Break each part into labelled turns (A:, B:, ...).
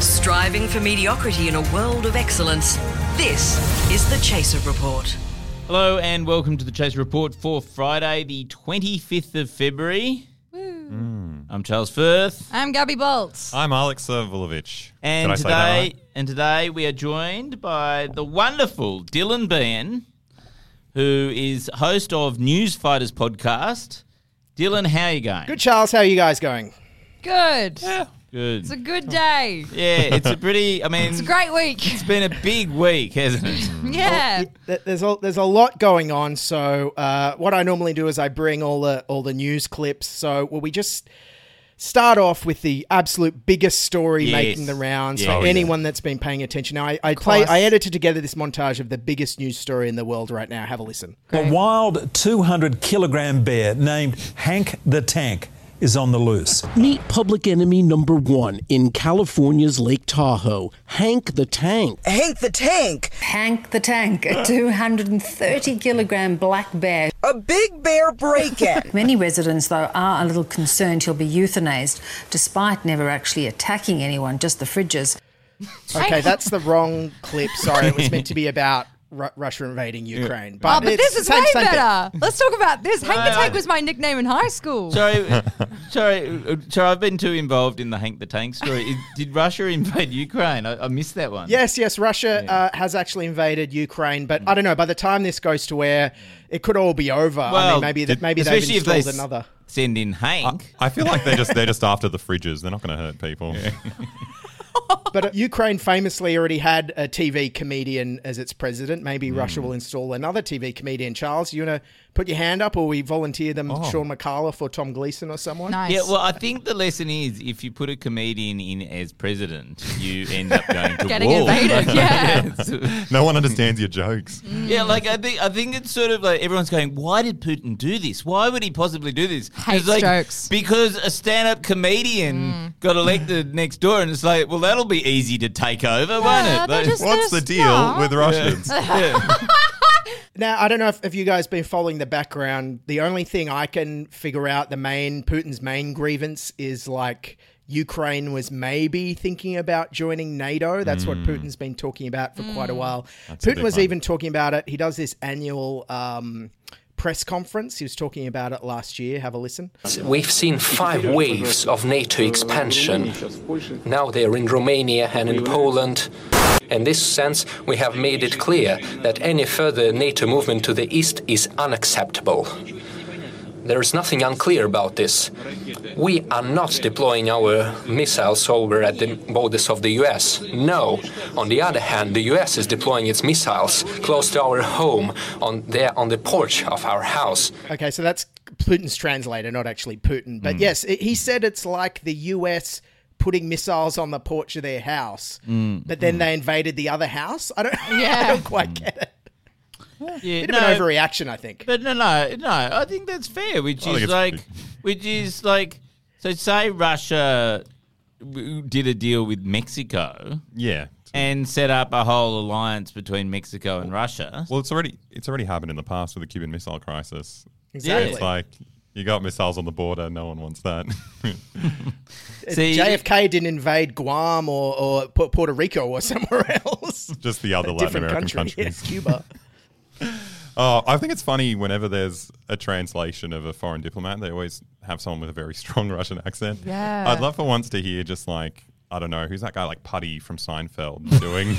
A: Striving for mediocrity in a world of excellence. This is the Chaser Report.
B: Hello and welcome to the Chase Report for Friday, the 25th of February. I'm Charles Firth,
C: I'm Gabby Bolt.
D: I'm Alex Vulovic.
B: and
D: Did I say that
B: today
D: right?
B: and today we are joined by the wonderful Dylan Bean, who is host of News Fighters podcast. Dylan, how are you going?
E: Good, Charles. How are you guys going?
C: Good.
B: Good.
C: It's a good day.
B: yeah, it's a pretty. I mean,
C: It's a great week.
B: it's been a big week, hasn't it?
D: Mm.
C: Yeah.
E: Th- There's a, there's a lot going on. So uh, what I normally do is I bring all the all the news clips. So will we just start off with the absolute biggest story
B: Yes.
E: making the rounds
B: Yeah. Oh,
E: for
B: yeah.
E: anyone that's been paying attention? Now I, I play I edited together this montage of the biggest news story in the world right now. Have a listen.
F: A wild 200 kilogram bear named Hank the Tank is on the loose.
G: Meet public enemy number one in California's Lake Tahoe, Hank the Tank.
A: Hank the Tank,
H: Hank the Tank, a 230 kilogram black bear.
A: a big bear break in.
H: Many residents, though, are a little concerned he'll be euthanized, despite never actually attacking anyone, just the fridges.
E: Okay, that's the wrong clip. Sorry, it was meant to be about Ru- Russia invading Ukraine. But,
C: Oh, but
E: it's
C: this is
E: same-
C: way
E: same thing.
C: better. Let's talk about this. Hank the
B: Right.
C: Tank was my nickname in high school.
B: Sorry, sorry, uh, sorry. I've been too involved in the Hank the Tank story. Is- Did Russia invade Ukraine? I, I missed that one.
E: Yes, yes, Russia uh, has actually invaded Ukraine, but I don't know. By the time this goes to air, it could all be over. I mean, maybe that maybe they've
B: especially
E: installed
B: s-
E: another. Uh,
B: Send in Hank.
D: I feel like they're just they're just after the fridges. They're not going to hurt people.
E: But uh, Ukraine famously already had a TV comedian as its president.
B: Hmm.
E: Maybe Russia will install another TV comedian. Charles, you want to put your hand up, or we volunteer them
B: Oh.
E: Sean McAuliffe or Tom Gleason or someone?
C: Nice.
B: Yeah, well, I think the lesson is if you put a comedian in as president, you end up going to
C: Getting
B: war.
C: invaded, yeah.
B: Yes.
D: No one understands your jokes.
B: yeah, like I think I think it's sort of like everyone's going, why did Putin do this? Why would he possibly do this? And
C: Hates
B: it's like,
C: jokes. Mm.
B: Because a stand-up comedian got elected next door, and it's like, well, that'll be easy to take over, won't
C: Yeah,
B: it?
C: they're
B: Like-
C: just
D: What's the
C: gonna
D: deal
C: start.
D: with Russians?
B: Yeah.
E: Now, I don't know if, if you guys been following the background. The only thing I can figure out, the main Putin's main grievance is like Ukraine was maybe thinking about joining NATO. That's what Putin's been talking about for quite a while.
D: Mm. a
E: Putin
D: big
E: was
D: one.
E: even talking about it. He does this annual um, press conference. He was talking about it last year. Have a listen.
G: We've seen five waves of NATO expansion. Now they're in Romania and in Poland. In this sense, we have made it clear that any further NATO movement to the east is unacceptable. There is nothing unclear about this. We are not deploying our missiles over at the borders of the US. No. On the other hand, the US is deploying its missiles close to our home, on there on the porch of our house.
E: Okay, so that's Putin's translator, not actually Putin.
D: Mm.
E: But yes, i he said it's like the US putting missiles on the porch of their house,
D: Mm.
E: but then they invaded the other house. I don't, I
C: Yeah.
E: don't quite get it.
B: Yeah,
E: Bit
B: no,
E: of an overreaction, I think.
B: But no, no, no. I think that's fair. Which
D: think
B: is
D: it's
B: like,
D: fair.
B: which is like, so say Russia w- did a deal with Mexico
D: Yeah.
B: and set up a whole alliance between Mexico and Russia.
D: Well, it's already it's already happened in the past with the Cuban Missile Crisis.
E: exactly.
D: It's like you got missiles on the border. No one wants that.
B: See,
E: JFK didn't invade Guam or, or Pu- Puerto Rico or somewhere else.
D: just the other Latin
E: Different
D: American
E: country.
D: countries.
E: Yeah, Cuba.
D: Oh, I think it's funny whenever there's a translation of a foreign diplomat, they always have someone with a very strong Russian accent.
C: Yeah.
D: I'd love for once to hear just like I don't know who's that guy like Putty from Seinfeld doing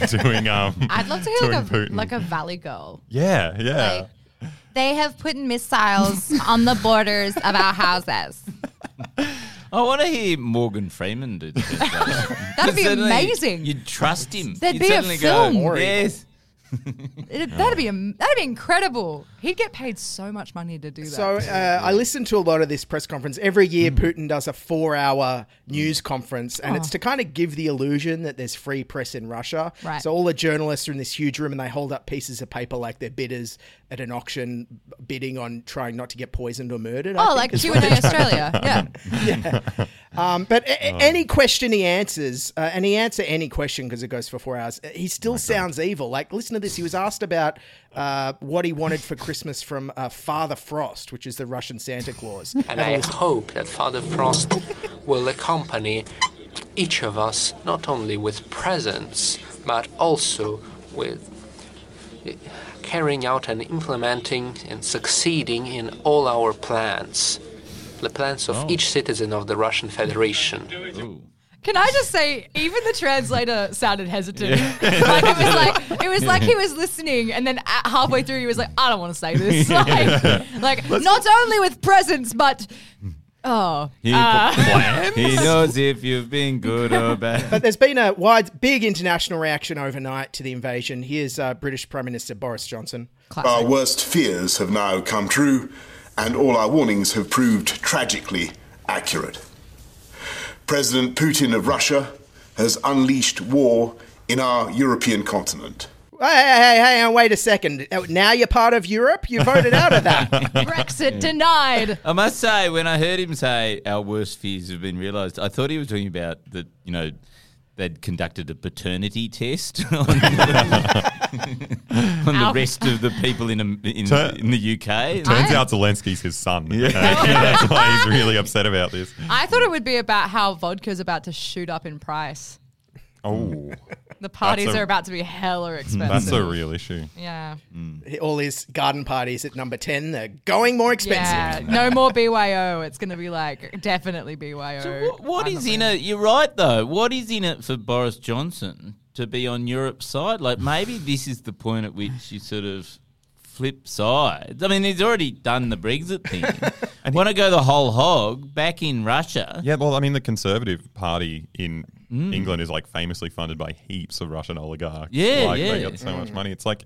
D: doing um.
C: I'd love to hear
D: doing
C: like a,
D: Putin.
C: like a valley girl.
D: yeah yeah.
C: Like, they have put missiles on the borders of our houses.
B: I want to hear Morgan Freeman do this.
C: That'd be
B: Suddenly
C: amazing.
B: You'd trust him.
C: There'd
B: You'd
C: be a
B: suddenly
C: film.
B: Go, yes.
C: It, that'd be am- that'd be incredible. He'd get paid so much money to do that.
E: So uh, I listened to a lot of this press conference. Every year, Putin does a four-hour news conference, and it's
C: Mm. Oh.
E: to kind of give the illusion that there's free press in Russia.
C: Right.
E: So all the journalists are in this huge room, and they hold up pieces of paper like they're bidders at an auction, bidding on trying not to get poisoned or murdered. I
C: Oh,
E: think
C: like
E: is
C: Q
E: what
C: and A
E: they do.
C: Australia, yeah.
E: yeah. Um, but a- a-
C: Oh.
E: any question he answers, uh, and he answer any question because it goes for four hours,
C: Oh
E: uh, he still sounds evil. Like, listen to this. He was asked about uh, what he wanted for Christmas from uh, Father Frost, which is the Russian Santa Claus.
G: And I hope that Father Frost will accompany each of us not only with presents, but also with eh, carrying out and implementing and succeeding in all our plans. The plans of each citizen of the Russian Federation.
C: Can I just say, even the translator sounded hesitant. like it was like it was like he was listening, and then at halfway through he was like, "I don't want to say this." Like, like not only with presents, but oh,
B: He,
C: uh,
B: he knows if you've been good or bad.
E: But there's been a wide, big international reaction overnight to the invasion. Here's uh, British Prime Minister Boris Johnson.
I: Our worst fears have now come true, and all our warnings have proved tragically accurate. President Putin of Russia has unleashed war in our European continent.
E: Hey, hey, hey, hey, wait a second. Uh, Now you're part of Europe? You voted out of that.
C: Brexit denied.
B: I must say, when I heard him say our worst fears have been realised, I thought he was talking about that, you know, they'd conducted a paternity test on the, on the
D: Ow.
B: rest of the people in um, in,
D: Tur-
B: in the UK.
D: Turns out Zelensky's his son. Yeah. that's why he's really upset about this.
C: I thought it would be about how vodka's about to shoot up in price.
D: Oh.
C: The parties
D: That's a-
C: are about to be hella expensive.
D: That's a real issue.
C: yeah.
E: All his garden parties at number 10, they're going more expensive.
C: Yeah, no more BYO. It's going to be like definitely BYO.
B: What
C: I'm
B: is
C: not
B: in
C: there.
B: it? You're right, though. What is in it for Boris Johnson to be on Europe's side? Like, maybe this is the point at which you sort of flip sides. I mean, he's already done the Brexit thing. Want to go the whole hog back in Russia?
D: Yeah, well, I mean, the Conservative Party in
B: Mm.
D: England is like famously funded by heaps of Russian oligarchs.
B: Yeah,
D: like, They
B: yeah.
D: got so much
B: Mm.
D: money. It's like,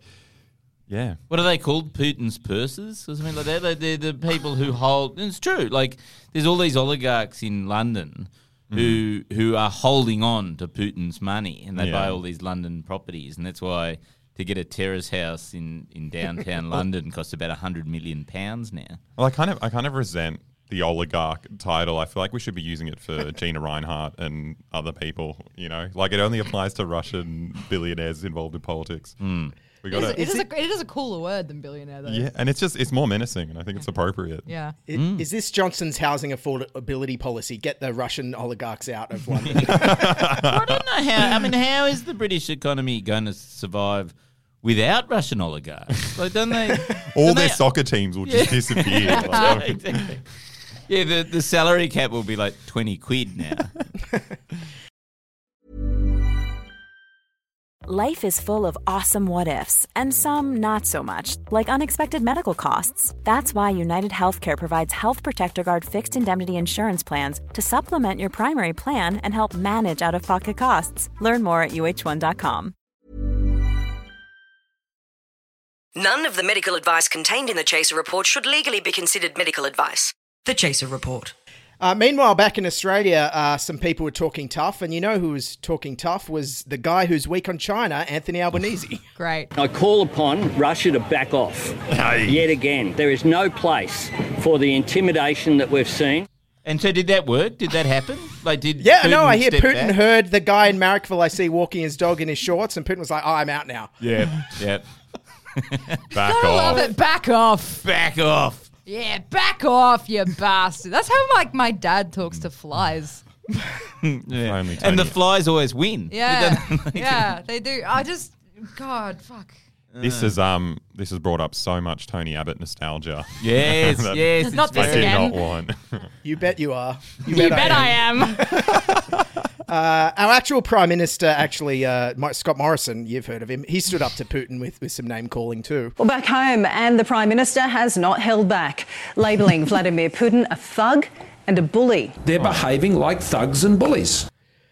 D: yeah.
B: What are they called? Putin's purses or something like that? They're, they're the people who hold. and It's true. Like there's all these oligarchs in London who who are holding on to Putin's money, and they
D: Mm-hmm. Yeah.
B: buy all these London properties, and that's why to get a terrace house in in downtown London costs about hundred million pounds now.
D: Well, I kind of, I kind of resent the oligarch title. I feel like we should be using it for Gina Reinhardt and other people. You know, like it only applies to Russian billionaires involved in politics.
B: Hmm.
D: We
C: It is,
D: got
C: it, is a, it is a cooler word than billionaire, though.
D: Yeah, and it's just it's more menacing, and I think it's appropriate.
C: Yeah.
E: I- Is
B: Mm.
E: this Johnson's housing affordability policy? Get the Russian oligarchs out of London.
B: I don't know how. I mean, how is the British economy going to survive without Russian oligarchs? Like, don't they?
D: All
B: don't
D: their
B: they-
D: soccer teams will just
B: Yeah.
D: disappear.
B: Yeah,
D: Like,
B: exactly. Yeah, the, the salary cap will be like 20 quid now.
J: Life is full of awesome what ifs and some not so much, like unexpected medical costs. That's why United Healthcare provides Health Protector Guard fixed indemnity insurance plans to supplement your primary plan and help manage out of pocket costs. Learn more at uh1.com.
A: None of the medical advice contained in the Chaser Report should legally be considered medical advice. The Chaser Report.
E: Uh, meanwhile, back in Australia, uh, some people were talking tough, and you know who was talking tough was the guy who's weak on China, Anthony Albanese.
C: Great.
K: I call upon Russia to back off. Yet again, there is no place for the intimidation that we've seen.
B: And so, did that work? Did that happen? Like, did
E: Yeah,
B: Putin
E: no, I hear
B: step
E: Putin
B: back?
E: heard the guy in Marrickville I see walking his dog in his shorts, and Putin was like, oh, I'm out now.
B: Yeah, yeah.
D: back
C: I love it. Back off.
B: Back off.
C: Yeah, back off, you bastard. That's how like my dad talks to flies.
B: Yeah. And the flies always win.
C: Yeah, yeah, they do. I just, God, fuck.
D: This is um this has brought up so much Tony Abbott nostalgia.
B: Yes,
D: That
B: yes, Not it's
D: I
B: this
D: did
B: again.
D: not want.
E: You bet you are.
C: You bet I am.
E: Uh, our actual prime minister, actually, uh, Mo- Scott Morrison, you've heard of him. He stood up to Putin with, with some name calling too.
L: Well, back home, and the Prime Minister has not held back, labelling Vladimir Putin a thug and a bully.
M: They're behaving like thugs and bullies.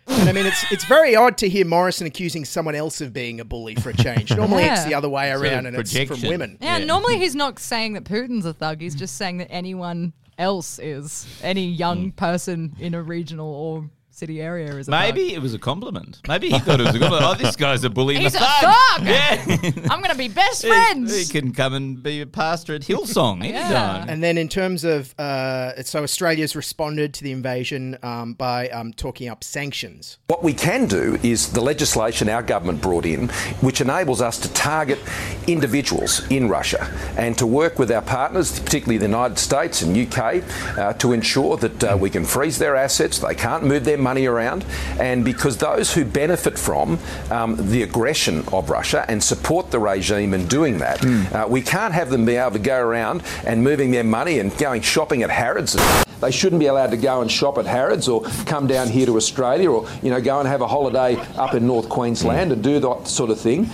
E: And I mean, it's it's very odd to hear Morrison accusing someone else of being a bully for a change. Normally, it's
C: Yeah.
E: the other way
B: Sort of
E: around, and it's
B: projection.
E: from women.
C: Yeah, normally he's not saying that Putin's a thug. He's just saying that anyone else is. Any
B: Mm.
C: young person in a regional or city area is a
B: Maybe it was a compliment. Maybe he thought it was a compliment. Oh, this guy's a bully.
C: thug.
B: and
C: He's a
B: thug.
C: thug!
B: Yeah.
C: I'm going to be best
B: He, he
C: friends!
B: can come and be a pastor at Hillsong anytime.
E: And then in terms of uh, so Australia's responded to the invasion um, by um, talking up sanctions.
M: What we can do is the legislation our government brought in, which enables us to target individuals in Russia and to work with our partners, particularly the United States and UK, uh, to ensure that uh, we can freeze their assets, they can't move their money around, and because those who benefit from um, the aggression of Russia and support the regime in doing that, uh, we can't have them be able to go around and moving their money and going shopping at Harrods. They shouldn't be allowed to go and shop at Harrods or come down here to Australia or you know go and have a holiday up in North Queensland and do that sort of thing.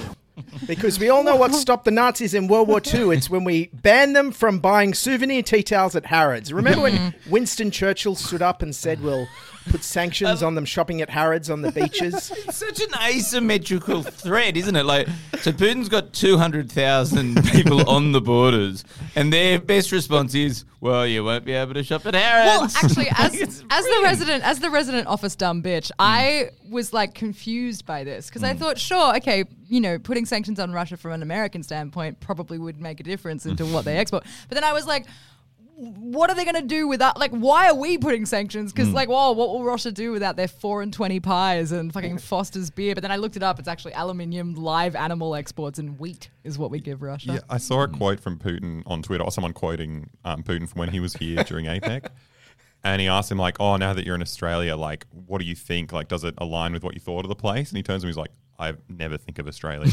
E: Because we all know what stopped the Nazis in World War II. It's when we banned them from buying souvenir tea towels at Harrods. Remember when
C: Mm-hmm.
E: Winston Churchill stood up and said, we'll put sanctions
C: Um,
E: on them shopping at Harrods on the beaches?
B: It's such an asymmetrical thread, isn't it? Like, so Putin's got 200,000 people on the borders, and their best response is, well, you won't be able to shop at Harrods.
C: Well, actually, as as the resident as the resident office dumb bitch, I was like confused by this because I thought, sure, okay, you know, putting sanctions on Russia from an American standpoint probably would make a difference into what they export. But then I was like. What are they going to do with that? Like, why are we putting sanctions? Because,
B: Mm.
C: like, whoa, what will Russia do without their four and twenty pies and fucking Foster's beer? But then I looked it up; it's actually aluminium, live animal exports, and wheat is what we give Russia.
D: Yeah, I saw a quote from Putin on Twitter, or someone quoting um, Putin from when he was here during APEC. And he asked him, like, oh, now that you're in Australia, like, what do you think? Like, does it align with what you thought of the place? And he turns to me, he's like, I never think of Australia.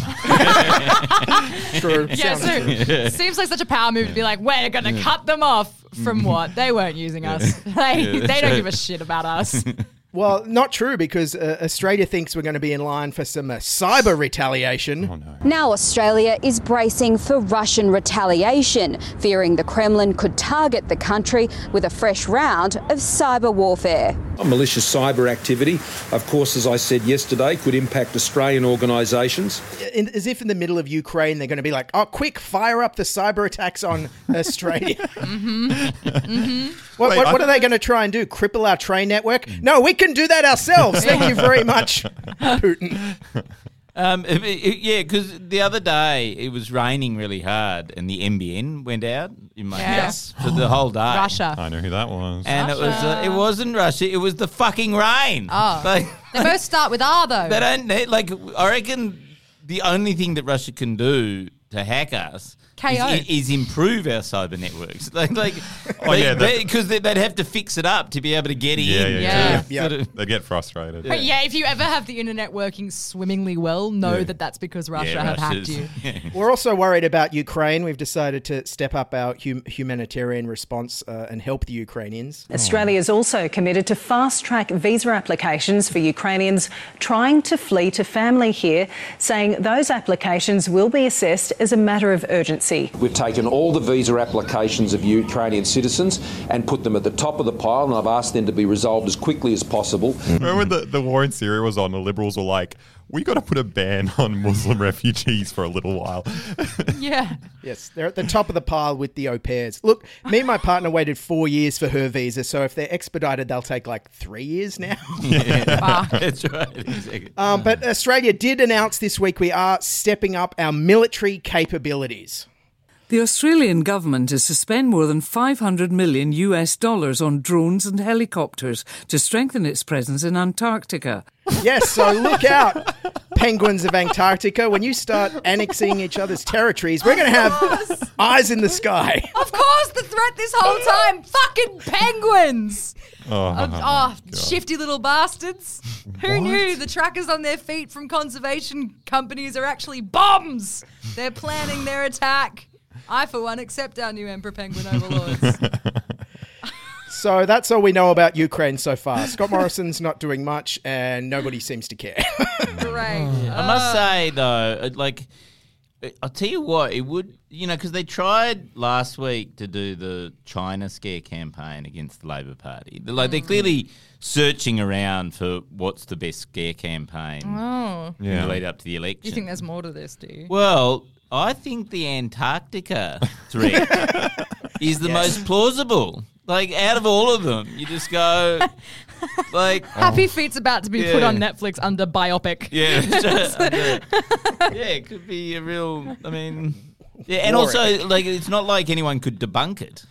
E: True.
C: Yeah, so seems like such a power move to be like, we're gonna
D: Yeah.
C: cut them off from what they weren't using us. They
E: Yeah,
C: they
E: that's
C: don't
E: right.
C: give a shit about us.
E: Well, not true because uh, Australia thinks we're going to be in line for some uh, cyber retaliation. Oh, no.
N: Now, Australia is bracing for Russian retaliation, fearing the Kremlin could target the country with a fresh round of cyber warfare.
O: Malicious cyber activity, of course, as I said yesterday, could impact Australian organisations.
E: In, as if in the middle of Ukraine, they're going to be like, oh, quick, fire up the cyber attacks on Australia. Mm-hmm. What,
D: Mm-hmm. Wait,
E: what,
D: I- Mm.
E: what are they going to try and do? Cripple our train network? No, we can do that ourselves. Thank you very much, Putin.
B: Um, it- it- yeah, because the other day it was raining really hard, and the MBN went out in my
C: Yeah.
B: house for the whole day.
C: Russia.
D: I know who that was.
B: And it was uh, it wasn't Russia. It was the fucking rain.
C: Oh.
B: Like,
C: they both start with R though.
B: they don't need, like. I reckon the only thing that Russia can do to hack us
C: KO.
B: Is, is improve our cyber networks. Like, like,
D: Oh, yeah, that-
B: because they, would have to fix it up to be able to get
D: Yeah,
B: in.
D: yeah, yeah.
B: Sort of-
D: They'd get frustrated.
C: But yeah, if you ever have the internet working swimmingly well, know
D: Yeah.
C: that that's because Russia have hacked you.
E: We're also worried about Ukraine. We've decided to step up our hum- humanitarian response uh, and help the Ukrainians.
L: Australia is also committed to fast track visa applications for Ukrainians trying to flee to family here, saying those applications will be assessed as a matter of urgency.
M: We've taken all the visa applications of Ukrainian citizens and put them at the top of the pile, and I've asked them to be resolved as quickly as possible.
D: Remember when the, the war in Syria was on, the Liberals were like, we got to put a ban on Muslim refugees for a little while.
C: Yeah.
E: Yes, they're at the top of the pile with the au pairs. Look, me and my partner waited four years for her visa, so if they're expedited, they'll take like three years now.
B: yeah. That's right. Exactly.
E: Um, but Australia did announce this week we are stepping up our military capabilities.
P: The Australian government is to spend more than 500 million US dollars on drones and helicopters to strengthen its presence in Antarctica.
E: Yes, so look out, penguins of Antarctica. When you start annexing each other's territories, we're going to have eyes in the sky.
C: Of course, the threat this whole time, fucking penguins. Oh, oh, shifty little bastards. Who knew the trackers on their feet from conservation companies are actually bombs? They're planning their attack. I, for one, accept our new Emperor Penguin overlords.
E: So that's all we know about Ukraine so far. Scott Morrison's not doing much, and nobody seems to care.
C: Great.
B: I must say though, it- like I'll tell you what, it would, you know, because they tried last week to do the China scare campaign against the Labor Party. They're like, they're
C: Mm.
B: clearly searching around for what's the best scare campaign
C: Oh.
B: in the lead up to the election.
C: Do you think there's more to this, do you?
B: Well, I think the Antarctica threat is the most plausible. Like out of all of them, you just go like
C: Happy Feet's about to be put
B: Yeah.
C: on Netflix under biopic.
B: Yeah, yeah, it could be a real. I mean, yeah, and
C: War
B: also like it's not like anyone could debunk it.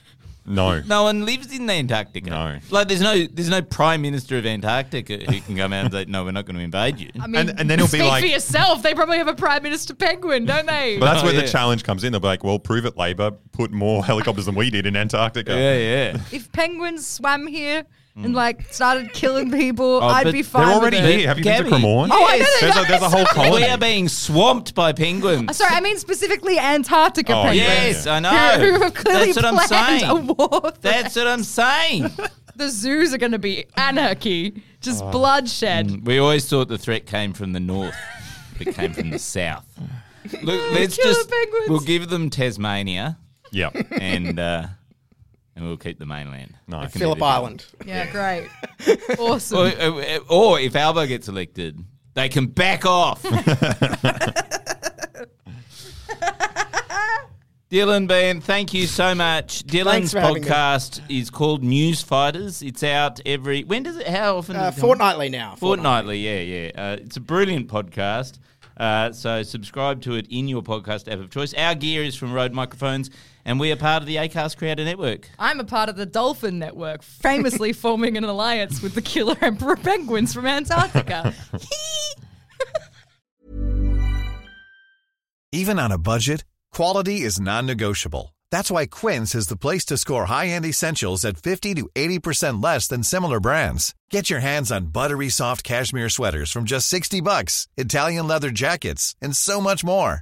D: No.
B: No one lives in Antarctica. No, like there's no there's no prime minister of Antarctica who can come out and say no, we're not going to invade you.
C: I mean,
D: And- and then it'll be
C: speak
D: like-
C: for yourself. They probably have a Prime Minister penguin, don't they?
D: But that's where
B: yeah.
D: the challenge comes in. They'll be like, well, prove it, Labour. Put more helicopters than we did in Antarctica.
B: Yeah, yeah.
C: if penguins swam here and like started killing people,
B: Oh,
C: I'd
B: but
C: be fine.
D: They're
C: with
D: already
C: it.
D: here. Have you been to Cremorne?
C: Oh, I know they
D: there's, a,
C: are.
D: there's a whole
B: We
D: colony.
B: are being swamped by penguins.
C: Uh, Sorry, I mean specifically Antarctica
B: Oh,
C: penguins.
B: yes, I know.
C: Who, who have clearly
B: That's what I'm
C: planned
B: saying.
C: a war.
B: That's what I'm saying.
C: The zoos are going to be anarchy, just bloodshed.
B: Oh. Mm, We always thought the threat came from the north. it came from the south. Look, let's
C: Killer
B: just
C: penguins.
B: we'll give them Tasmania.
D: Yep.
B: and uh, and we'll keep the mainland. I can do
E: Phillip
B: that.
E: Island.
C: Yeah, great, awesome.
B: Or, or- Uh, or if Albo gets elected, they can back off. Dylan Bean, thank you so much. Dylan's
E: for having me.
B: podcast is called News Fighters. It's out every when does it? How often?
E: Uh,
B: does it come out?
E: fortnightly now.
B: Fortnightly, yeah, yeah. Uh, it's a brilliant podcast. Uh, so subscribe to it in your podcast app of choice. Our gear is from Rode Microphones, and we are part of the Acast Creator Network.
C: I'm a part of the Dolphin Network, famously forming an alliance with the killer emperor penguins from Antarctica.
Q: Even on a budget, quality is non-negotiable. That's why Quince is the place to score high-end essentials at 50 to 80% less than similar brands. Get your hands on buttery soft cashmere sweaters from just 60 bucks, Italian leather jackets, and so much more.